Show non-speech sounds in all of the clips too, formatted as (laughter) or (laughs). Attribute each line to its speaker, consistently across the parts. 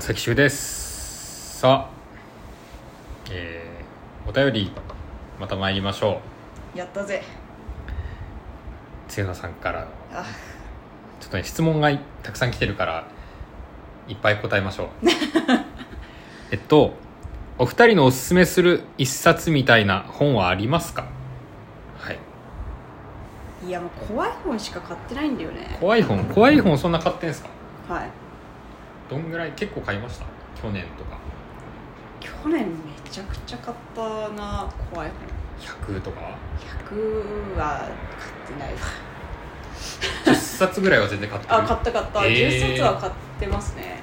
Speaker 1: 崎修ですさあえー、お便りまた参りましょ
Speaker 2: やったぜ
Speaker 1: う露野さんから
Speaker 2: あ
Speaker 1: ちょっとね質問がいたくさん来てるからいっぱい答えま
Speaker 2: (laughs)
Speaker 1: しょうえっとお二人のおすすめする一冊みたいな本はありますかはい
Speaker 2: いやもう怖い本しか買ってないんだよね
Speaker 1: 怖い本怖い本そんな買ってんすか
Speaker 2: はい
Speaker 1: どんぐらい結構買いました去年とか
Speaker 2: 去年めちゃくちゃ買ったな怖い
Speaker 1: 100とか
Speaker 2: 本100は買ってないわ
Speaker 1: 10冊ぐらいは全然買ってる
Speaker 2: あ買った買った、
Speaker 1: えー
Speaker 2: 10冊は買ってますね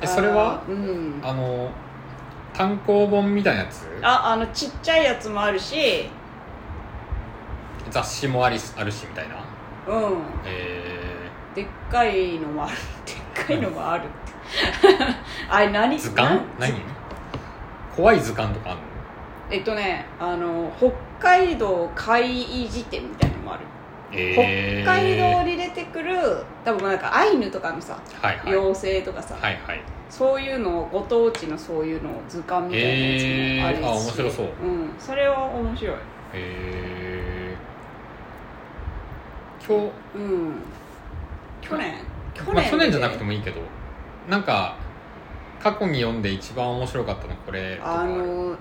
Speaker 1: えそれは
Speaker 2: あーうん
Speaker 1: あの単行本みたいなやつ
Speaker 2: ああのちっちゃいやつもあるし
Speaker 1: 雑誌もありあるしみたいな
Speaker 2: うん
Speaker 1: え
Speaker 2: でっかいのもある (laughs) でっかいのもあるって (laughs) あれ何
Speaker 1: ー、図鑑
Speaker 2: な
Speaker 1: 何怖い図鑑とかあるの
Speaker 2: えっとねあの北海道怪異辞典みたいなのもある
Speaker 1: えー、
Speaker 2: 北海道に出てくる多分なんかアイヌとかのさ
Speaker 1: はいはい
Speaker 2: 妖精とかさ、
Speaker 1: はいはい
Speaker 2: そういうのをご当地のそういうのを図鑑みたいなやつもあるし、
Speaker 1: えーあ面白そう
Speaker 2: うん、それは面白い
Speaker 1: えー、今
Speaker 2: うん去年去
Speaker 1: 日、
Speaker 2: 年,、
Speaker 1: まあ、去年じゃなくてもいいけどなんか過去に読んで一番面白かったのこれとか
Speaker 2: あ
Speaker 1: る
Speaker 2: の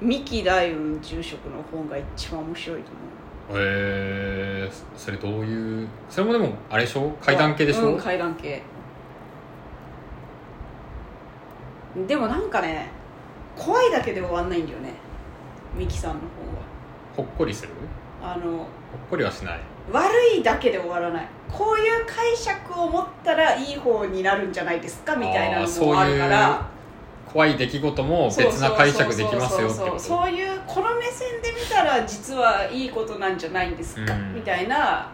Speaker 2: 三木大雲住職の本が一番面白いと思
Speaker 1: えー、それどういうそれもでもあれでしょ
Speaker 2: う
Speaker 1: 階段系でしょ、
Speaker 2: うん階段系でもなんかね怖いだけで終わんないんだよね三木さんの
Speaker 1: ほっこりする
Speaker 2: 本はあの
Speaker 1: ほっこりはしない
Speaker 2: 悪いだけで終わらないこういう解釈を持ったらいい方になるんじゃないですかみたいな
Speaker 1: あー
Speaker 2: の
Speaker 1: そういう
Speaker 2: もあるから
Speaker 1: 怖い出来事も別な解釈できますよって
Speaker 2: そうそうそうそう
Speaker 1: こ
Speaker 2: そ
Speaker 1: と
Speaker 2: ういうこの目線で見たら実はいいことなんじゃないんですか、
Speaker 1: うん
Speaker 2: みたいな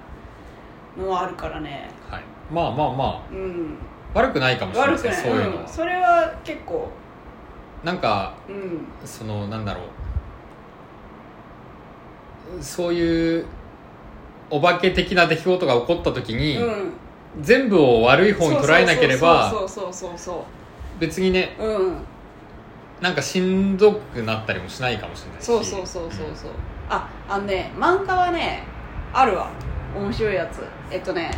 Speaker 2: のはあるからね
Speaker 1: はい、まあまあま
Speaker 2: うん
Speaker 1: あ悪くないかもしれない
Speaker 2: 悪
Speaker 1: で
Speaker 2: く
Speaker 1: すねそ
Speaker 2: ない
Speaker 1: ういうのは、
Speaker 2: ん、それは結構
Speaker 1: なんか
Speaker 2: うん
Speaker 1: そのなんだろうそういうお化け的な出来事が起こった時に、
Speaker 2: うん
Speaker 1: 全部を悪い方に捉えなければ
Speaker 2: そうそうそうそう
Speaker 1: 別にね
Speaker 2: そううん
Speaker 1: なんかしんどくなったりもしないかもしれないし
Speaker 2: そうそうそうそうそうああのね漫画はねあるわ面白いやつえっとね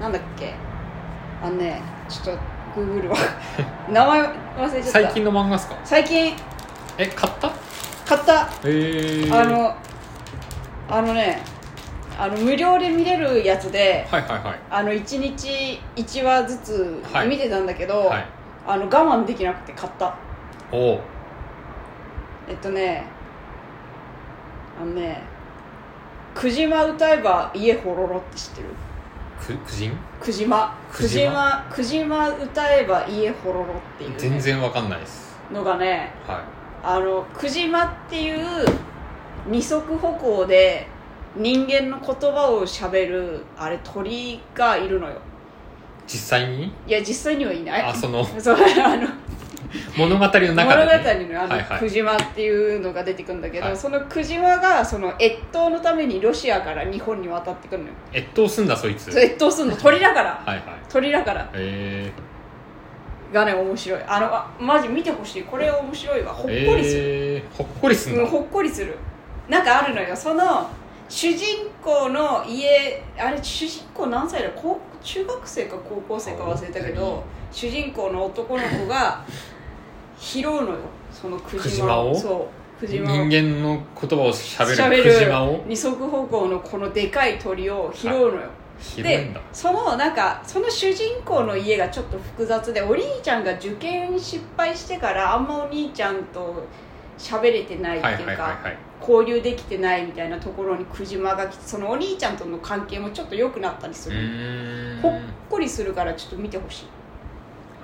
Speaker 2: なんだっけあのねちょっとグーグ
Speaker 1: (laughs)
Speaker 2: ルは名前忘れちゃった
Speaker 1: 最近の漫画ですか
Speaker 2: 最近
Speaker 1: え買った
Speaker 2: 買った
Speaker 1: ええー、
Speaker 2: あのあのねあの無料で見れるやつで
Speaker 1: はいはいはい
Speaker 2: あの1日1話ずつ
Speaker 1: はい
Speaker 2: 見てたんだけど、
Speaker 1: はい
Speaker 2: あの我慢できなくて買った
Speaker 1: おう
Speaker 2: えっとねあのね「くじま歌えば家ほろろ」って知ってる
Speaker 1: く婦人
Speaker 2: くじま
Speaker 1: く
Speaker 2: く
Speaker 1: じ
Speaker 2: じ
Speaker 1: ま
Speaker 2: まくじま歌えば家ほろろっていうね、
Speaker 1: 全然わかんないです
Speaker 2: のがね
Speaker 1: はい
Speaker 2: あのくじまっていう二足歩行で人間の言葉をしゃべるあれ鳥がいるのよ
Speaker 1: 実際に
Speaker 2: いや実際にはいない
Speaker 1: あその (laughs)
Speaker 2: (laughs) そうあの
Speaker 1: 物語の中で、ね、
Speaker 2: 物語のあ
Speaker 1: はいは
Speaker 2: の
Speaker 1: い
Speaker 2: クジマっていうのが出てくるんだけど、
Speaker 1: はい
Speaker 2: そのクジマがその越冬のためにロシアから日本に渡ってくるのよ、
Speaker 1: 越冬すんだそいつ
Speaker 2: そう越冬するの鳥だから
Speaker 1: はいはい
Speaker 2: 鳥だから
Speaker 1: えー、
Speaker 2: がね面白いあのあマジ見てほしいこれ面白いわほっこりする、
Speaker 1: えー、ほっこりすんだ、
Speaker 2: うん、ほっこりするなんかあるのよその主人公の家あれ主人公何歳だ高中学生か高校生か忘れたけど主人公の男の子が拾うのよそのク
Speaker 1: ク
Speaker 2: ジ
Speaker 1: ジ
Speaker 2: マ
Speaker 1: マ
Speaker 2: を
Speaker 1: を
Speaker 2: そうクジ
Speaker 1: 人
Speaker 2: マを
Speaker 1: 間の言葉をしゃべ
Speaker 2: 喋
Speaker 1: る
Speaker 2: る
Speaker 1: クジマを
Speaker 2: 二足歩行のこのでかい鳥を拾うのよ、
Speaker 1: 広いん
Speaker 2: で
Speaker 1: だ
Speaker 2: そのなんかその主人公の家がちょっと複雑でお兄ちゃんが受験失敗してからあんまお兄ちゃんと喋れてないって
Speaker 1: はい
Speaker 2: い
Speaker 1: は
Speaker 2: う
Speaker 1: い
Speaker 2: か、
Speaker 1: はいはい
Speaker 2: 交流できてないみたいなところにクジマが来てそのお兄ちゃんとの関係もちょっと良くなったりす
Speaker 1: う
Speaker 2: る、
Speaker 1: ーん
Speaker 2: ほっこりするからちょっと見てほし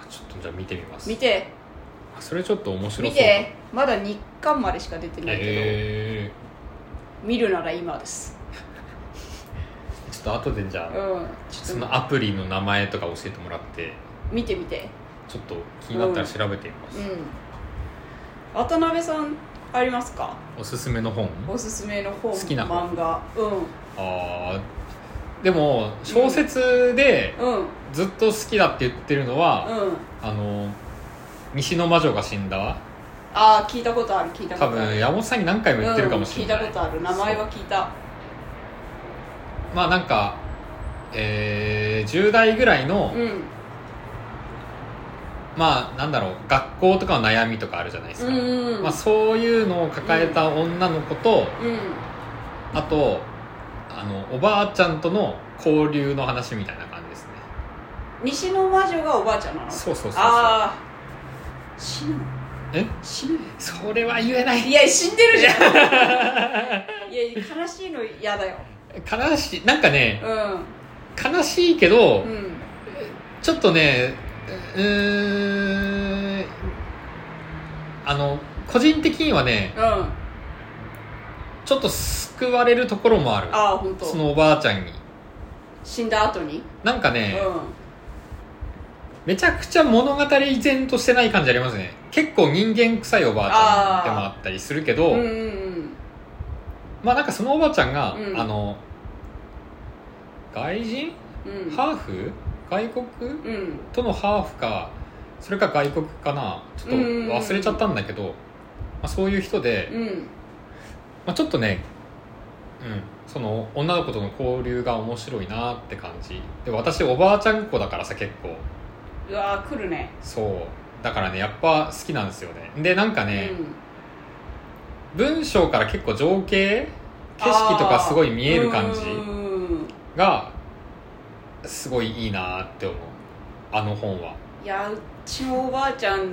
Speaker 1: あちょっとじゃあ見てみま
Speaker 2: い
Speaker 1: す
Speaker 2: 見て
Speaker 1: あそれちょっと面白そう
Speaker 2: 見てまだ日刊までしか出てないけど、
Speaker 1: え
Speaker 2: 見るなら今です
Speaker 1: ー、ちょっと後でじ
Speaker 2: う
Speaker 1: ゃ
Speaker 2: ん
Speaker 1: あ
Speaker 2: ち
Speaker 1: そ
Speaker 2: ょっと
Speaker 1: のアプリの名前とか教えてもらって
Speaker 2: 見てみて
Speaker 1: ちょっと気になったら調べてみます、
Speaker 2: うん渡辺さんありますか
Speaker 1: おすすめの本
Speaker 2: おすすめの本
Speaker 1: 好きな本
Speaker 2: 漫画
Speaker 1: あーでも小説で
Speaker 2: うんうん
Speaker 1: ずっと好きだって言ってるのは、
Speaker 2: うん
Speaker 1: あの西の魔女が死んだわ
Speaker 2: ああ聞いたことある聞いたこ
Speaker 1: 多
Speaker 2: とあ
Speaker 1: 分
Speaker 2: る
Speaker 1: 山本さんに何回も言ってるかもしれない、
Speaker 2: うん、聞いたことある名前は聞いた
Speaker 1: まあなんか、えー10代ぐらいの、
Speaker 2: うん
Speaker 1: まあなんだろう学校とかの悩みとかあるじゃないですか、
Speaker 2: うんうん
Speaker 1: まあ、そういうのを抱えた女の子と、
Speaker 2: うん
Speaker 1: あとあのおばあちゃんとの交流の話みたいな感じですね
Speaker 2: 西の魔女がおばあちゃんなの
Speaker 1: そうそうそうそう
Speaker 2: ああ死ぬの
Speaker 1: え
Speaker 2: 死ぬの
Speaker 1: それは言えない
Speaker 2: いや死ん (laughs) でるじゃんいや悲しいの嫌だよ
Speaker 1: 悲しいなんかね
Speaker 2: う
Speaker 1: 悲しいけど、
Speaker 2: んうん
Speaker 1: ちょっとねうーんあの個人的にはね
Speaker 2: うんあ
Speaker 1: ちょっと救われるところもある
Speaker 2: あ本
Speaker 1: そ
Speaker 2: 当
Speaker 1: のおばあちゃんに
Speaker 2: 死んだ後に
Speaker 1: なんか
Speaker 2: うん
Speaker 1: ね、めちゃくちゃ物語依然としてない感じありますね結構人間臭いおばあちゃんでもあったりするけど
Speaker 2: うんうん
Speaker 1: まあなんかそのおばあちゃんが、
Speaker 2: うん
Speaker 1: あの外人
Speaker 2: うんうん
Speaker 1: ハーフ外国
Speaker 2: うん
Speaker 1: とのハーフかそれか外国かなちょっと忘れちゃったんだけど、まあ、そういう人で、
Speaker 2: うん
Speaker 1: まあ、ちょっとね、うん、その女の子との交流が面白いなって感じで私おばあちゃんっ子だからさ結構
Speaker 2: うわー来るね
Speaker 1: そうだからねやっぱ好きなんですよねでなんか
Speaker 2: う
Speaker 1: ね、
Speaker 2: ん
Speaker 1: 文章から結構情景景色とかすごい見える感じ
Speaker 2: うんうんうん
Speaker 1: がすごいいいなって思うあの本はい
Speaker 2: やうちのおばあちゃん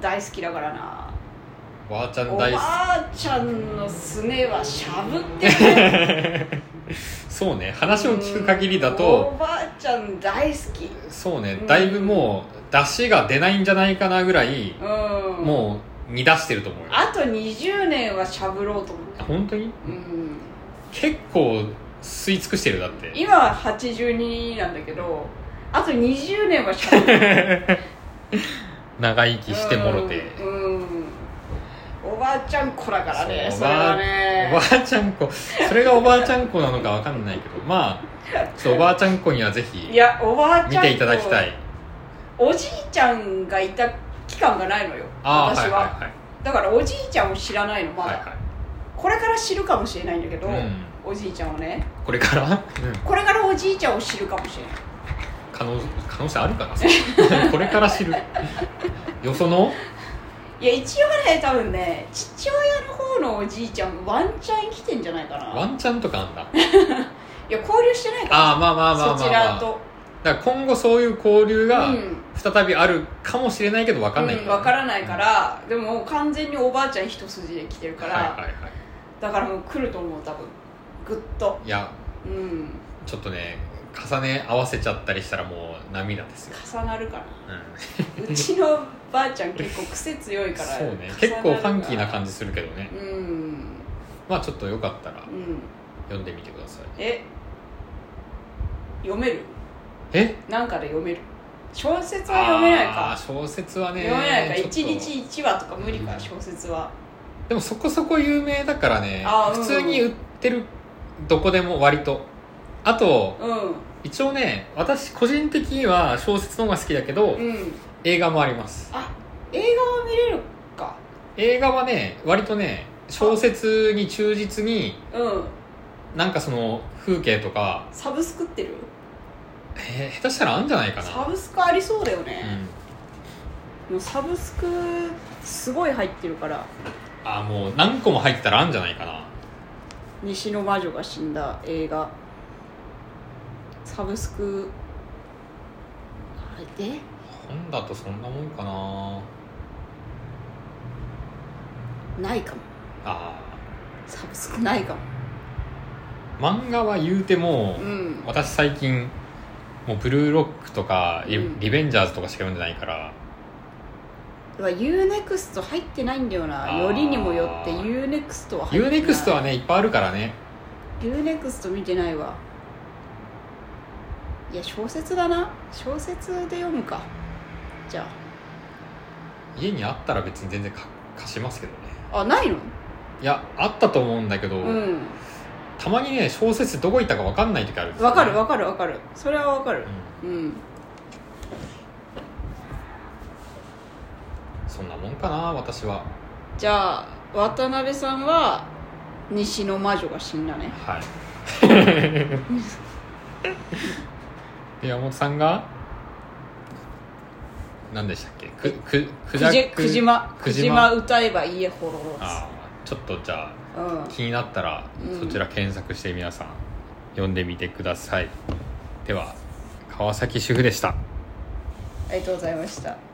Speaker 2: 大好きだからな
Speaker 1: おばあちゃん
Speaker 2: おば
Speaker 1: 大好き
Speaker 2: あちゃんのすねはしゃぶってる
Speaker 1: (laughs)
Speaker 2: ね
Speaker 1: そうね話を聞く限りだと
Speaker 2: うんおばあちゃん大好き
Speaker 1: そうね
Speaker 2: うん
Speaker 1: だいぶもう出汁が出ないんじゃないかなぐらい
Speaker 2: うん
Speaker 1: もう煮出してると思うよ
Speaker 2: あと20年はしゃぶろうと思って、
Speaker 1: 本当に
Speaker 2: うん、
Speaker 1: 結構吸い尽くしてるよだって
Speaker 2: 今は82なんだけどあと20年はしゃぶろう
Speaker 1: 長生きしてもろて
Speaker 2: うんうんおばあちゃん子だからね
Speaker 1: そう
Speaker 2: そ
Speaker 1: お
Speaker 2: れ
Speaker 1: ばあ
Speaker 2: はね
Speaker 1: おばあちゃん子それがおばあちゃん子なのかわかんないけどまあちょっとおばあちゃん子にはぜ
Speaker 2: い
Speaker 1: ひ
Speaker 2: やおばあち
Speaker 1: 見
Speaker 2: ゃん子
Speaker 1: ていただきたい
Speaker 2: おじいちゃんがいた期間がないのよ
Speaker 1: ああは
Speaker 2: 私
Speaker 1: い
Speaker 2: は、
Speaker 1: はいはい
Speaker 2: だからおじいちゃんを知らないのまだ、
Speaker 1: はい
Speaker 2: これから知るかもしれないんだけど、
Speaker 1: はいうん
Speaker 2: おじいちゃんをね
Speaker 1: これから、うん、
Speaker 2: これからおじいちゃんを知るかもしれない
Speaker 1: 可能可能性あるかなそ (laughs) れこれから知るよその
Speaker 2: いや一応ね多分ね父親の方のおじいちゃんワンチャン生きてんじゃないかな
Speaker 1: ワンチャンとかあんだ
Speaker 2: いや交流してないか
Speaker 1: ああ
Speaker 2: ら
Speaker 1: まあまあまあまあ、まあ、
Speaker 2: そちらと
Speaker 1: だから今後そういう交流が
Speaker 2: うん
Speaker 1: 再びあるかもしれないけど分かんない
Speaker 2: うん、分からないから、でももう完全におばあちゃん一筋で来てるから、
Speaker 1: はいはいはい
Speaker 2: だからもう来ると思う多分グッと
Speaker 1: いや
Speaker 2: うん
Speaker 1: ちょっとね重ね合わせちゃったりしたらもう涙ですよ、
Speaker 2: 重なるかな
Speaker 1: うん、
Speaker 2: うちのばあちゃん結構癖強いから
Speaker 1: (laughs) そうね結構ファンキーな感
Speaker 2: じ
Speaker 1: じするけどね
Speaker 2: うん
Speaker 1: まあちょっとよかったら
Speaker 2: うん
Speaker 1: 読んでみてください
Speaker 2: え読める
Speaker 1: え
Speaker 2: なんかで読める小説は読めない
Speaker 1: あー
Speaker 2: か
Speaker 1: 小説はね
Speaker 2: 読めないか
Speaker 1: ちょっと
Speaker 2: 1日1話とか無理
Speaker 1: う
Speaker 2: か
Speaker 1: ん
Speaker 2: 小説は
Speaker 1: でもそこそこ有名だからね
Speaker 2: あー
Speaker 1: 普通に売ってるどこでも割とあと
Speaker 2: うん
Speaker 1: 一応ね私個人的には小説の方が好きだけど、
Speaker 2: うん
Speaker 1: 映画もあります
Speaker 2: あ映画は見れるか
Speaker 1: 映画はね割とね小説に忠実に
Speaker 2: うん
Speaker 1: なんかその風景とか、
Speaker 2: サブスクってる
Speaker 1: えー下手したらあんじゃないかな
Speaker 2: サブスクありそうだよ
Speaker 1: う
Speaker 2: ね、
Speaker 1: ん
Speaker 2: もうサブスクすごい入ってるから
Speaker 1: あーもう何個も入ってたらあんじゃないかな
Speaker 2: 西の魔女が死んだ映画サブスクあれで
Speaker 1: 本だとそんなもんかな
Speaker 2: ないかも
Speaker 1: あ
Speaker 2: サブスクないかも
Speaker 1: ー漫画は言うても
Speaker 2: うん
Speaker 1: 私最近もうブルーロックとかリ
Speaker 2: うん
Speaker 1: リベンジャーズとかしか読んでないから
Speaker 2: だから UNEXT 入ってないんだよ
Speaker 1: あ
Speaker 2: な
Speaker 1: ー
Speaker 2: よりにもよって UNEXT は入ってない
Speaker 1: UNEXT はねいっぱいあるからね
Speaker 2: UNEXT 見てないわいや小説だな小説で読むかじゃ
Speaker 1: 家にあったら別に全然か貸しますけどね
Speaker 2: ああないの
Speaker 1: いやあったと思うんだけど、
Speaker 2: うん
Speaker 1: たまにね小説どこ行ったか分かんない時あるんですよ
Speaker 2: わかるわかるわかるそれはわかる
Speaker 1: う
Speaker 2: うん
Speaker 1: そんなもんかな私は
Speaker 2: じゃあ渡辺さんは西の魔女が死んだね (laughs)
Speaker 1: はいで山本さんが何でしたっけくくく
Speaker 2: くじくじま
Speaker 1: く
Speaker 2: く
Speaker 1: じ
Speaker 2: じ
Speaker 1: ま
Speaker 2: ま歌えば家ほろろ
Speaker 1: あーちょっとじゃ
Speaker 2: う
Speaker 1: あ気になったら
Speaker 2: うん
Speaker 1: そちら検索して皆さん読んでみてくださいでは川崎主婦でした
Speaker 2: んありがとうございました